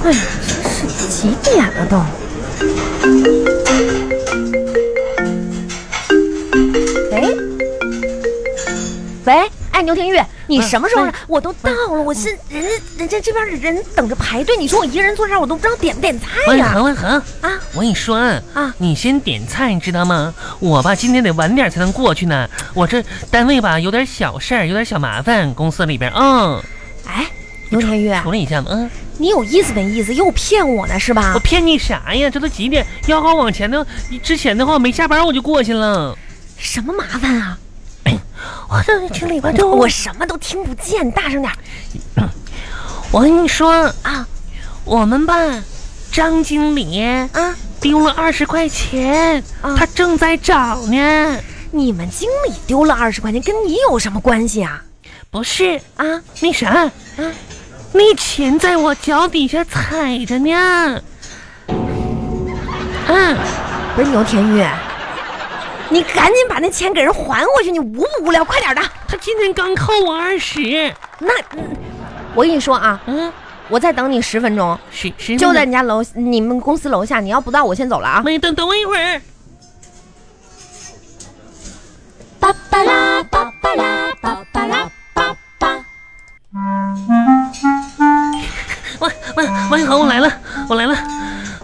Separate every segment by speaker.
Speaker 1: 哎呀，真是几点了都？喂，喂，哎，牛廷玉，你什么时候来？我都到了，我是人家人家这边的人等着排队，你说我一个人坐这儿，我都不知道点不点菜
Speaker 2: 万
Speaker 1: 哎呀、
Speaker 2: 恒，万恒，
Speaker 1: 啊！
Speaker 2: 我跟你说啊，
Speaker 1: 啊
Speaker 2: 你先点菜，你知道吗？我吧今天得晚点才能过去呢，我这单位吧有点小事儿，有点小麻烦，公司里边，嗯，
Speaker 1: 哎，牛廷玉，
Speaker 2: 处理一下嘛，嗯，
Speaker 1: 你有意思没意思？又骗我呢是吧
Speaker 2: 我？骗你啥呀？这都几点？要我往前的，之前的话没下班我就过去了。
Speaker 1: 什么麻烦啊？
Speaker 2: 哎我这听里边就
Speaker 1: 我什么都听不见，你大声点儿
Speaker 2: 我跟你说，
Speaker 1: 啊
Speaker 2: 我们吧，张经理
Speaker 1: 啊！
Speaker 2: 丢了二十块钱，
Speaker 1: 啊
Speaker 2: 他正在找呢。
Speaker 1: 你们经理丢了二十块钱，跟你有什么关系啊？
Speaker 2: 不是
Speaker 1: 啊，
Speaker 2: 那啥，
Speaker 1: 嗯
Speaker 2: 那钱在我脚底下踩着呢。嗯，
Speaker 1: 不是牛田玉，你赶紧把那钱给人还回去，你无不无聊？快点的！
Speaker 2: 他今天刚扣我二十。
Speaker 1: 那，嗯我跟你说啊，
Speaker 2: 嗯，
Speaker 1: 我再等你十分钟，
Speaker 2: 十十
Speaker 1: 就在你家楼，你们公司楼下。你要不到，我先走了啊。
Speaker 2: 没等等我一会儿。
Speaker 3: 巴巴拉巴巴拉巴巴拉巴巴。
Speaker 2: 王王王一恒，我来了，我来了。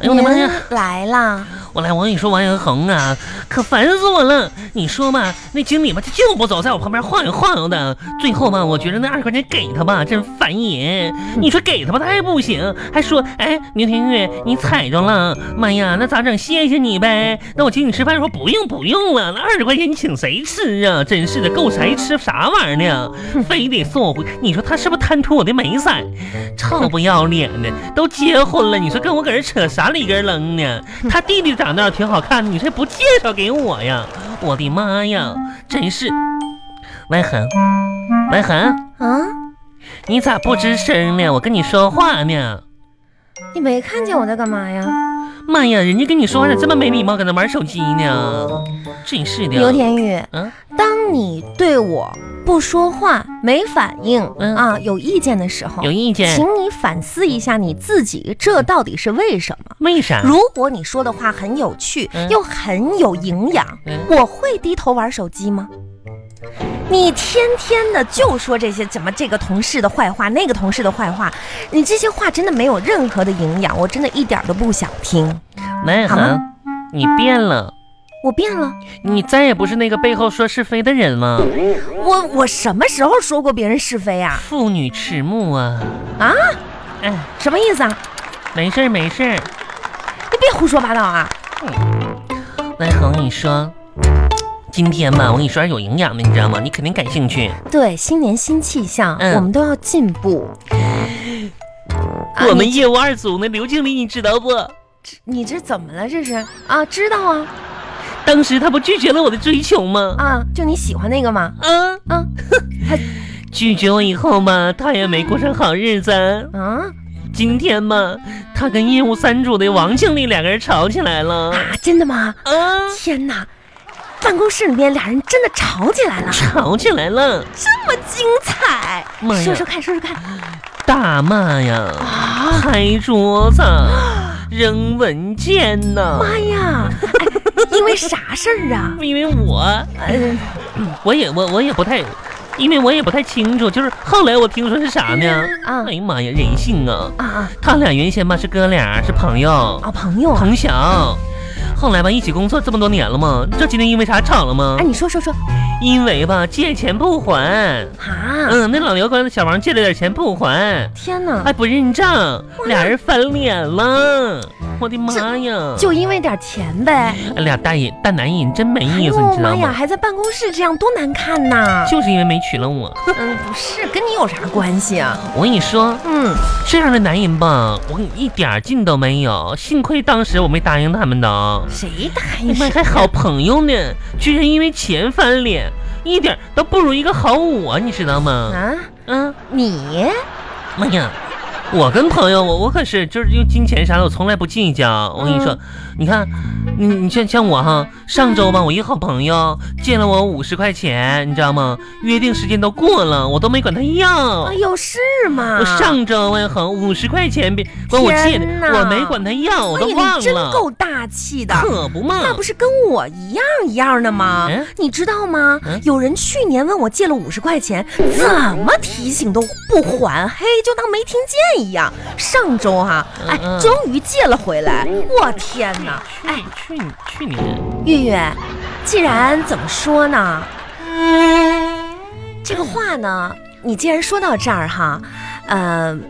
Speaker 2: 哎呦我的妈呀！
Speaker 1: 您来啦！
Speaker 2: 我来，我跟你说，王永恒啊，可烦死我了！你说吧，那经理吧，他就不走，在我旁边晃悠晃悠的。最后吧，我觉得那二十块钱给他吧，真烦人。你说给他吧，他也不行，还说，哎，牛天玉，你踩着了，妈呀，那咋整？谢谢你呗。那我请你吃饭的时候，不用不用了，那二十块钱你请谁吃啊？真是的，够谁吃啥玩意儿呢？非得送我回，你说他是不是贪图我的美色？臭不要脸的，都结婚了，你说跟我搁这扯啥里根楞呢？他弟弟长得挺好看的，你说不介绍给我呀？我的妈呀，真是！文恒，文恒，
Speaker 1: 啊，
Speaker 2: 你咋不吱声呢？我跟你说话呢。
Speaker 1: 你没看见我在干嘛呀？
Speaker 2: 妈呀，人家跟你说话咋这么没礼貌，搁那玩手机呢？真是的。
Speaker 1: 牛田玉，
Speaker 2: 嗯
Speaker 1: 当你对我不说话、没反应、
Speaker 2: 嗯
Speaker 1: 啊、有意见的时候
Speaker 2: 有，意见？
Speaker 1: 请你反思一下你自己，这到底是为什么？
Speaker 2: 为啥？
Speaker 1: 如果你说的话很有趣
Speaker 2: 啊嗯，
Speaker 1: 又很有营养
Speaker 2: 嗯，
Speaker 1: 我会低头玩手机吗？你天天的就说这些什么这个同事的坏话，那个同事的坏话，你这些话真的没有任何的营养，我真的一点儿都不想听。
Speaker 2: 文
Speaker 1: 好
Speaker 2: 恒
Speaker 1: 吗，
Speaker 2: 你变了，
Speaker 1: 我变了，
Speaker 2: 你再也不是那个背后说是非的人了。
Speaker 1: 我我什么时候说过别人是非啊？
Speaker 2: 妇女迟暮啊！
Speaker 1: 啊？
Speaker 2: 哎，
Speaker 1: 什么意思啊？
Speaker 2: 没事儿没事儿。
Speaker 1: 你别胡说八道啊！
Speaker 2: 文恒，你说今天吧，我跟你说点有营养的，你知道吗？你肯定感兴趣。
Speaker 1: 对，新年新气象，
Speaker 2: 嗯
Speaker 1: 我们都要进步。啊
Speaker 2: 我们业务二组那刘经理，你知道不？
Speaker 1: 你你这怎么了？这是啊，知道啊
Speaker 2: 当时他不拒绝了我的追求吗？
Speaker 1: 啊，就你喜欢那个吗？
Speaker 2: 啊，
Speaker 1: 啊
Speaker 2: 拒绝我以后嘛，他也没过上好日子。
Speaker 1: 啊
Speaker 2: 今天嘛，他跟业务三组的王经理两个人吵起来了。
Speaker 1: 啊！真的吗？
Speaker 2: 啊，
Speaker 1: 天哪！办公室里面俩人真的吵起来了，
Speaker 2: 吵起来了，
Speaker 1: 这么精彩
Speaker 2: 妈！呀
Speaker 1: 说说看，说说看
Speaker 2: 大骂呀，
Speaker 1: 啊！
Speaker 2: 拍桌子，扔文件呐。
Speaker 1: 妈呀！哎、因为啥事儿啊？
Speaker 2: 因为我哎
Speaker 1: 嗯、
Speaker 2: 我也我我也不太，因为我也不太清楚，就是后来我听说是啥呢？
Speaker 1: 啊
Speaker 2: 哎呀妈呀，人性啊！
Speaker 1: 啊啊
Speaker 2: 他俩原先吧是哥俩，是朋友，
Speaker 1: 啊！朋友啊，
Speaker 2: 同乡。后来吧，一起工作这么多年了嘛，你知道今天因为啥吵了吗
Speaker 1: 哎，？你说说说
Speaker 2: 因为吧借钱不还，
Speaker 1: 啊！
Speaker 2: 嗯，那老刘管小王借了点钱不还，
Speaker 1: 天哪！
Speaker 2: 还不认账，俩人翻脸了。我的妈呀！
Speaker 1: 就因为点钱呗。
Speaker 2: 哎俩大爷大男人真没
Speaker 1: 哎
Speaker 2: 意
Speaker 1: 呦
Speaker 2: 思，你知道
Speaker 1: 妈呀，
Speaker 2: 吗？
Speaker 1: 还在办公室这样多难看呐！
Speaker 2: 就是因为没娶了我，
Speaker 1: 嗯，不是，跟你有啥关系啊？
Speaker 2: 我跟你说，
Speaker 1: 嗯，
Speaker 2: 这样的男人吧，我跟你一点劲都没有。幸亏当时我没答应他们的啊，
Speaker 1: 谁答
Speaker 2: 你
Speaker 1: 应
Speaker 2: 们
Speaker 1: 谁？
Speaker 2: 还好朋友呢，居然因为钱翻脸，一点都不如一个好我，你知道吗？
Speaker 1: 啊？
Speaker 2: 嗯，
Speaker 1: 你
Speaker 2: 妈呀，我跟朋友，我我可是就是用金钱啥的，我从来不计较。我跟你说，你看，你你像像我哈，上周吧，我一个好朋友借了我五十块钱，你知道吗？约定时间都过了，我都没管他要
Speaker 1: 哎。呦，是吗？
Speaker 2: 我上周我也很五十块钱别管我借的
Speaker 1: 天，哪
Speaker 2: 我没管他要，我
Speaker 1: 哎
Speaker 2: 都
Speaker 1: 呀
Speaker 2: 忘
Speaker 1: 你真
Speaker 2: 了。
Speaker 1: 够大气的。
Speaker 2: 可不嘛，
Speaker 1: 那不是跟我一样一样的吗
Speaker 2: 嗯？
Speaker 1: 你知道吗
Speaker 2: 嗯？
Speaker 1: 有人去年问我借了五十块钱，怎么提醒都不还，嘿，就当没听见一样。上周哈，哎
Speaker 2: 嗯嗯，
Speaker 1: 终于借了回来。我天哪！
Speaker 2: 哎，去去年，
Speaker 1: 月月，既然怎么说呢，这个话呢，你既然说到这儿哈，呃，你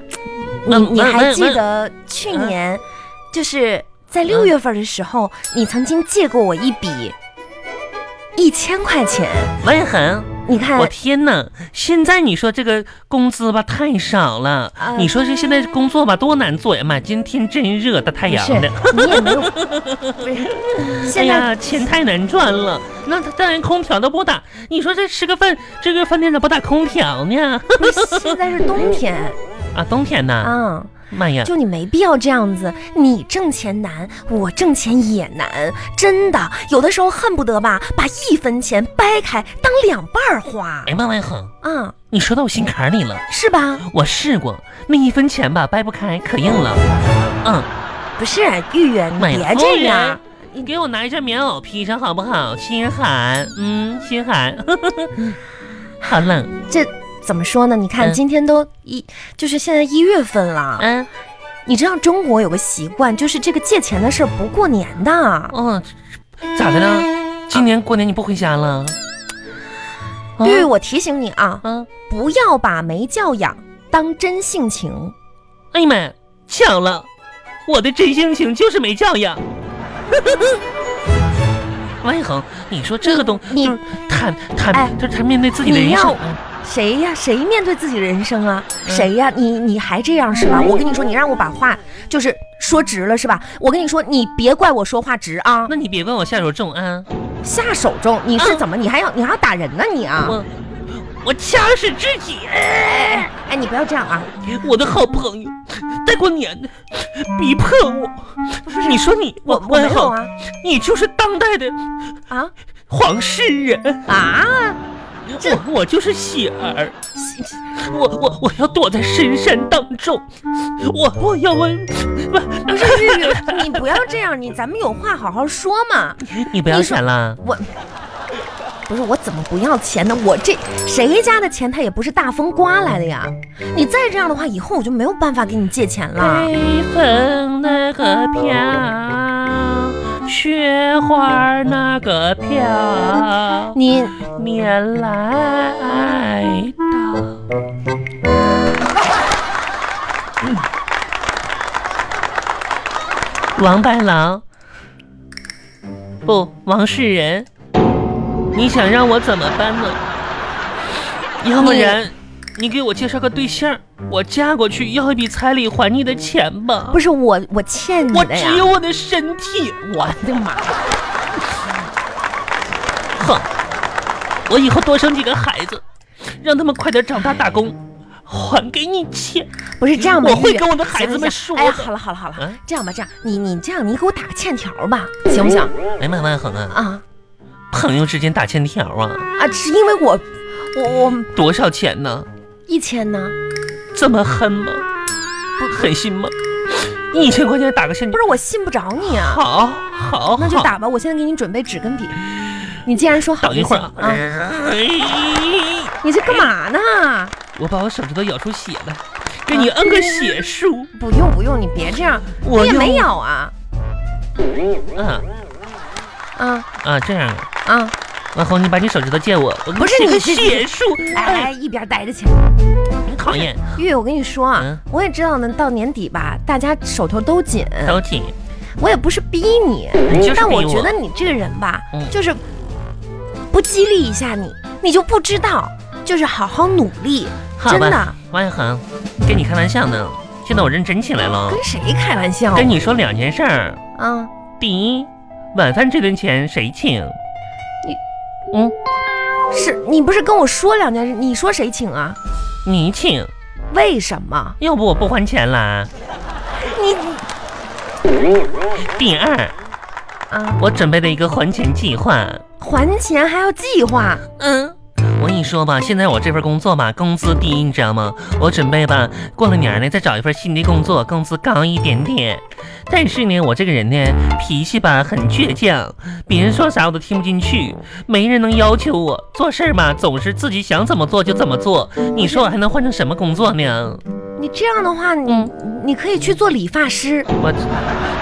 Speaker 2: 那
Speaker 1: 你
Speaker 2: 那
Speaker 1: 还
Speaker 2: 那
Speaker 1: 记
Speaker 2: 那嗯
Speaker 1: 得去年，就是在六月份的时候，你曾经借过我一笔一千块钱，
Speaker 2: 万恒，
Speaker 1: 你看
Speaker 2: 我，天哪！现在你说这个工资吧太少了，
Speaker 1: 呃
Speaker 2: 你说这现在工作吧多难做呀妈！今天真热，大太
Speaker 1: 不
Speaker 2: 阳
Speaker 1: 是
Speaker 2: 的，
Speaker 1: 你也没 有，不是，
Speaker 2: 哎
Speaker 1: 现在
Speaker 2: 呀，钱太难赚了。那他当然空调都不打，你说这吃个饭，这个饭店咋不打空调呢？
Speaker 1: 不是现在是冬天
Speaker 2: 啊，冬天呐，
Speaker 1: 啊。
Speaker 2: 妈 呀！
Speaker 1: 就你没必要这样子，你挣钱难，我挣钱也难，真的，有的时候恨不得吧，把一分钱掰开当两半儿花
Speaker 2: 哎，呀妈，万恒，
Speaker 1: 啊，
Speaker 2: 你说到我心坎里了。
Speaker 1: 是吧？
Speaker 2: 我试过，那一分钱吧掰不开，可硬了。嗯，
Speaker 1: 不是，玉圆，
Speaker 2: 妈
Speaker 1: 你
Speaker 2: 呀，
Speaker 1: 别
Speaker 2: 夫
Speaker 1: 这
Speaker 2: 人
Speaker 1: 样，，
Speaker 2: 你给我拿一件棉袄披上好不好？心寒，嗯，心寒， 好冷，
Speaker 1: 这怎么说呢？你看
Speaker 2: 嗯
Speaker 1: 今天都一，就是现在一月份了，
Speaker 2: 嗯，
Speaker 1: 你知道中国有个习惯，就是这个借钱的事儿不过年的。
Speaker 2: 哦，咋的了？今年过年你不回家了？啊
Speaker 1: 玉，我提醒你啊，
Speaker 2: 啊，
Speaker 1: 不要把没教养当真性情。
Speaker 2: 哎呀妈，呀，巧了，我的真性情就是没教 养。万一恒，你说这个东
Speaker 1: 你
Speaker 2: 就是坦
Speaker 1: 哎
Speaker 2: 坦，就是他面对自己的
Speaker 1: 你
Speaker 2: 人
Speaker 1: 要
Speaker 2: 生，
Speaker 1: 谁呀？谁面对自己人生啊？
Speaker 2: 嗯
Speaker 1: 谁呀？你你还这样是吧？我跟你说，你让我把话就是说直了是吧？我跟你说，你别怪我说话直啊，
Speaker 2: 那你别怪我下手重啊。
Speaker 1: 下手重，你是怎么？你还要你还要打人呢你啊？
Speaker 2: 我我掐死自己！
Speaker 1: 哎，你不要这样啊！
Speaker 2: 我的好朋友，大过年的逼迫我，你说你
Speaker 1: 我我没
Speaker 2: 也
Speaker 1: 有
Speaker 2: 好，
Speaker 1: 啊
Speaker 2: 你就是当代的
Speaker 1: 啊
Speaker 2: 黄世仁，
Speaker 1: 啊！这
Speaker 2: 我我就是喜儿，我我我要躲在深山当中，我我要问，
Speaker 1: 不是玉玉，你不要这样，你咱们有话好好说嘛。
Speaker 2: 你不
Speaker 1: 要
Speaker 2: 要
Speaker 1: 选
Speaker 2: 选了，
Speaker 1: 我不是我怎么不要钱呢？我这谁家的钱他也不是大风刮来的呀！你再这样的话，以后我就没有办法给你借钱了。
Speaker 2: 北风那个飘，雪花那个 飘。
Speaker 1: 你
Speaker 2: 年来到。王白狼，不，王世仁，你想让我怎么办呢？要不然，你给我介绍个对象，我嫁过去要一笔彩礼还你的钱吧。
Speaker 1: 不是我，我欠你
Speaker 2: 我
Speaker 1: 的呀。
Speaker 2: 只有我的身体，我的妈！哼，我以后多生几个孩子，让他们快点长大打工，还给你钱。
Speaker 1: 不是这样吧？
Speaker 2: 我会
Speaker 1: 玉
Speaker 2: 跟我的孩子们
Speaker 1: 想
Speaker 2: 说
Speaker 1: 一想哎呀，
Speaker 2: 的
Speaker 1: 好了好了好了，
Speaker 2: 嗯
Speaker 1: 这样吧，这样你你这样，你给我打个欠条吧，行不行？
Speaker 2: 哎妈，万恒啊，
Speaker 1: 啊
Speaker 2: 朋友之间打欠条啊，
Speaker 1: 啊，是因为我我我
Speaker 2: 多少钱呢？
Speaker 1: 一千呢？
Speaker 2: 这么狠吗？不狠心吗？一千块钱打个欠
Speaker 1: 不
Speaker 2: 条，
Speaker 1: 是我信不着你啊，
Speaker 2: 好好好，
Speaker 1: 那就。打吧。我现在给你准备纸跟笔。你既然说好
Speaker 2: 等
Speaker 1: 就
Speaker 2: 一
Speaker 1: 行，
Speaker 2: 会儿啊！
Speaker 1: 啊！
Speaker 2: 哎
Speaker 1: 你这干嘛呢？
Speaker 2: 我把我手指头咬出血来，给
Speaker 1: 啊
Speaker 2: 你摁个血书。
Speaker 1: 不用不用，你别这样，
Speaker 2: 我
Speaker 1: 你也
Speaker 2: 要
Speaker 1: 没咬啊
Speaker 2: 嗯
Speaker 1: 啊
Speaker 2: 啊，这样啊。
Speaker 1: 啊！
Speaker 2: 王红，你把你手指头借我，我
Speaker 1: 不是
Speaker 2: 这
Speaker 1: 你
Speaker 2: 个
Speaker 1: 这
Speaker 2: 血术，
Speaker 1: 哎，
Speaker 2: 哎，
Speaker 1: 一边待着去。
Speaker 2: 很讨厌，
Speaker 1: 玉，我跟你说啊
Speaker 2: 嗯，
Speaker 1: 我也知道呢，到年底吧，大家手头都紧，
Speaker 2: 都紧，
Speaker 1: 我也不是逼你，
Speaker 2: 你就是
Speaker 1: 但
Speaker 2: 逼
Speaker 1: 我
Speaker 2: 我
Speaker 1: 觉得你这个人吧，
Speaker 2: 嗯
Speaker 1: 就是不激励一下你，你就不知道，就是好好努力，
Speaker 2: 好
Speaker 1: 真的
Speaker 2: 吧。？王一恒，跟你开玩笑呢，现在我认真起来了，
Speaker 1: 跟谁开玩笑？
Speaker 2: 跟你说两件事儿。
Speaker 1: 啊，
Speaker 2: 第一，晚饭这顿钱谁请？
Speaker 1: 是你不是跟我说两件事？你说谁请啊？
Speaker 2: 你请。
Speaker 1: 为什么？
Speaker 2: 要不我不还钱啦。
Speaker 1: 你
Speaker 2: 第二，
Speaker 1: 啊，
Speaker 2: 我准备了一个还钱计划。
Speaker 1: 还钱还要计划？
Speaker 2: 嗯，我跟你说吧，现在我这份工作吧，工资低，你知道吗？我准备吧，过了年呢再找一份新的工作，工资高一点点。但是呢，我这个人呢，脾气吧很倔强，别人说啥我都听不进去，没人能要求我做事儿吧，总是自己想怎么做就怎么做。你说我还能换成什么工作呢？
Speaker 1: 你这样的话，你
Speaker 2: 嗯
Speaker 1: 你可以去做理发师。
Speaker 2: 我，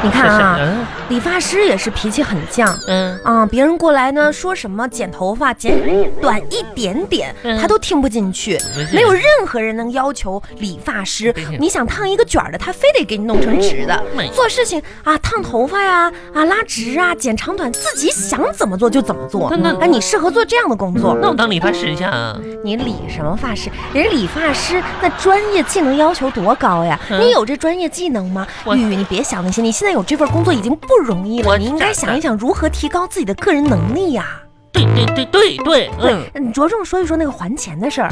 Speaker 1: 你看啊，
Speaker 2: 嗯
Speaker 1: 理发师也是脾气很犟。
Speaker 2: 嗯，
Speaker 1: 啊、别人过来呢，说什么剪头发剪短一点点，
Speaker 2: 嗯
Speaker 1: 他都听不进去。
Speaker 2: 不是
Speaker 1: 没有任何人能要求理发师
Speaker 2: 对，
Speaker 1: 你想烫一个卷儿的，他非得给你弄成直的
Speaker 2: 没。
Speaker 1: 做事情啊，烫头发呀，啊拉直啊，剪长短，自己想怎么做就怎么做。
Speaker 2: 那
Speaker 1: 啊，你适合做这样的工作。
Speaker 2: 那我当理发师去啊？
Speaker 1: 你理什么发师？人家理发师那专业技能要求多高呀！
Speaker 2: 嗯
Speaker 1: 你有这专业技能吗？
Speaker 2: 我
Speaker 1: 玉玉，你别想那些，你现在有这份工作已经不容易
Speaker 2: 我
Speaker 1: 了，你应该想一想如何提高自己的个人能力呀、
Speaker 2: 对对对对对，嗯。
Speaker 1: 对，你着重说一说那个还钱的事儿。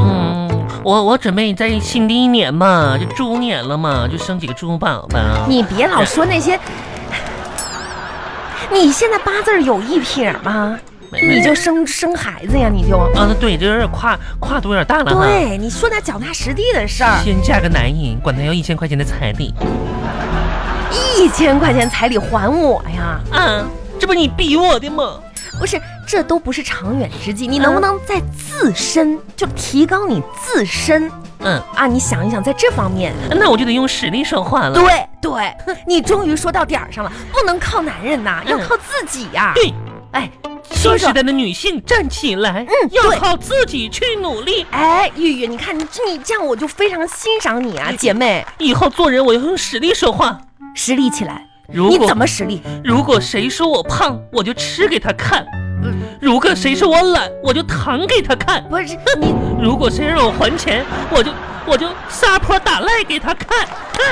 Speaker 2: 嗯，我我准备在新的一年嘛，就猪年了嘛，就生几个猪宝宝。
Speaker 1: 你别老说那些。你现在八字儿有一撇吗？
Speaker 2: 没没
Speaker 1: 你就生生孩子呀，你就。
Speaker 2: 啊，对，这有点跨跨度有点大了哈。
Speaker 1: 对，你说点脚踏实地的事儿。
Speaker 2: 先嫁个男人，管他要一千块钱的彩礼。
Speaker 1: 一千块钱彩礼还我呀？
Speaker 2: 啊，这不你逼我的吗？
Speaker 1: 不是，这都不是长远之计。你能不能在自身就提高你自身
Speaker 2: 嗯，
Speaker 1: 啊？你想一想，在这方面，
Speaker 2: 那我就得用实力说话了。
Speaker 1: 对对，你终于说到点儿上了，不能靠男人呐，要
Speaker 2: 嗯
Speaker 1: 靠自己呀。
Speaker 2: 对，
Speaker 1: 哎，
Speaker 2: 新
Speaker 1: 说
Speaker 2: 时
Speaker 1: 说。
Speaker 2: 代的女性站起来，
Speaker 1: 嗯
Speaker 2: 要
Speaker 1: 对
Speaker 2: 靠自己去努力。
Speaker 1: 哎，玉玉，你看你你这样，我就非常欣赏你啊，姐妹，
Speaker 2: 以后做人我要用实力说话。
Speaker 1: 实力起来！
Speaker 2: 如
Speaker 1: 你
Speaker 2: 果
Speaker 1: 怎么实力？
Speaker 2: 如果谁说我胖，我就吃给他看；
Speaker 1: 嗯
Speaker 2: 如果谁说我懒，我就躺给他看。
Speaker 1: 不是你，
Speaker 2: 如果谁让我还钱，我就我就撒泼打赖给他看。哼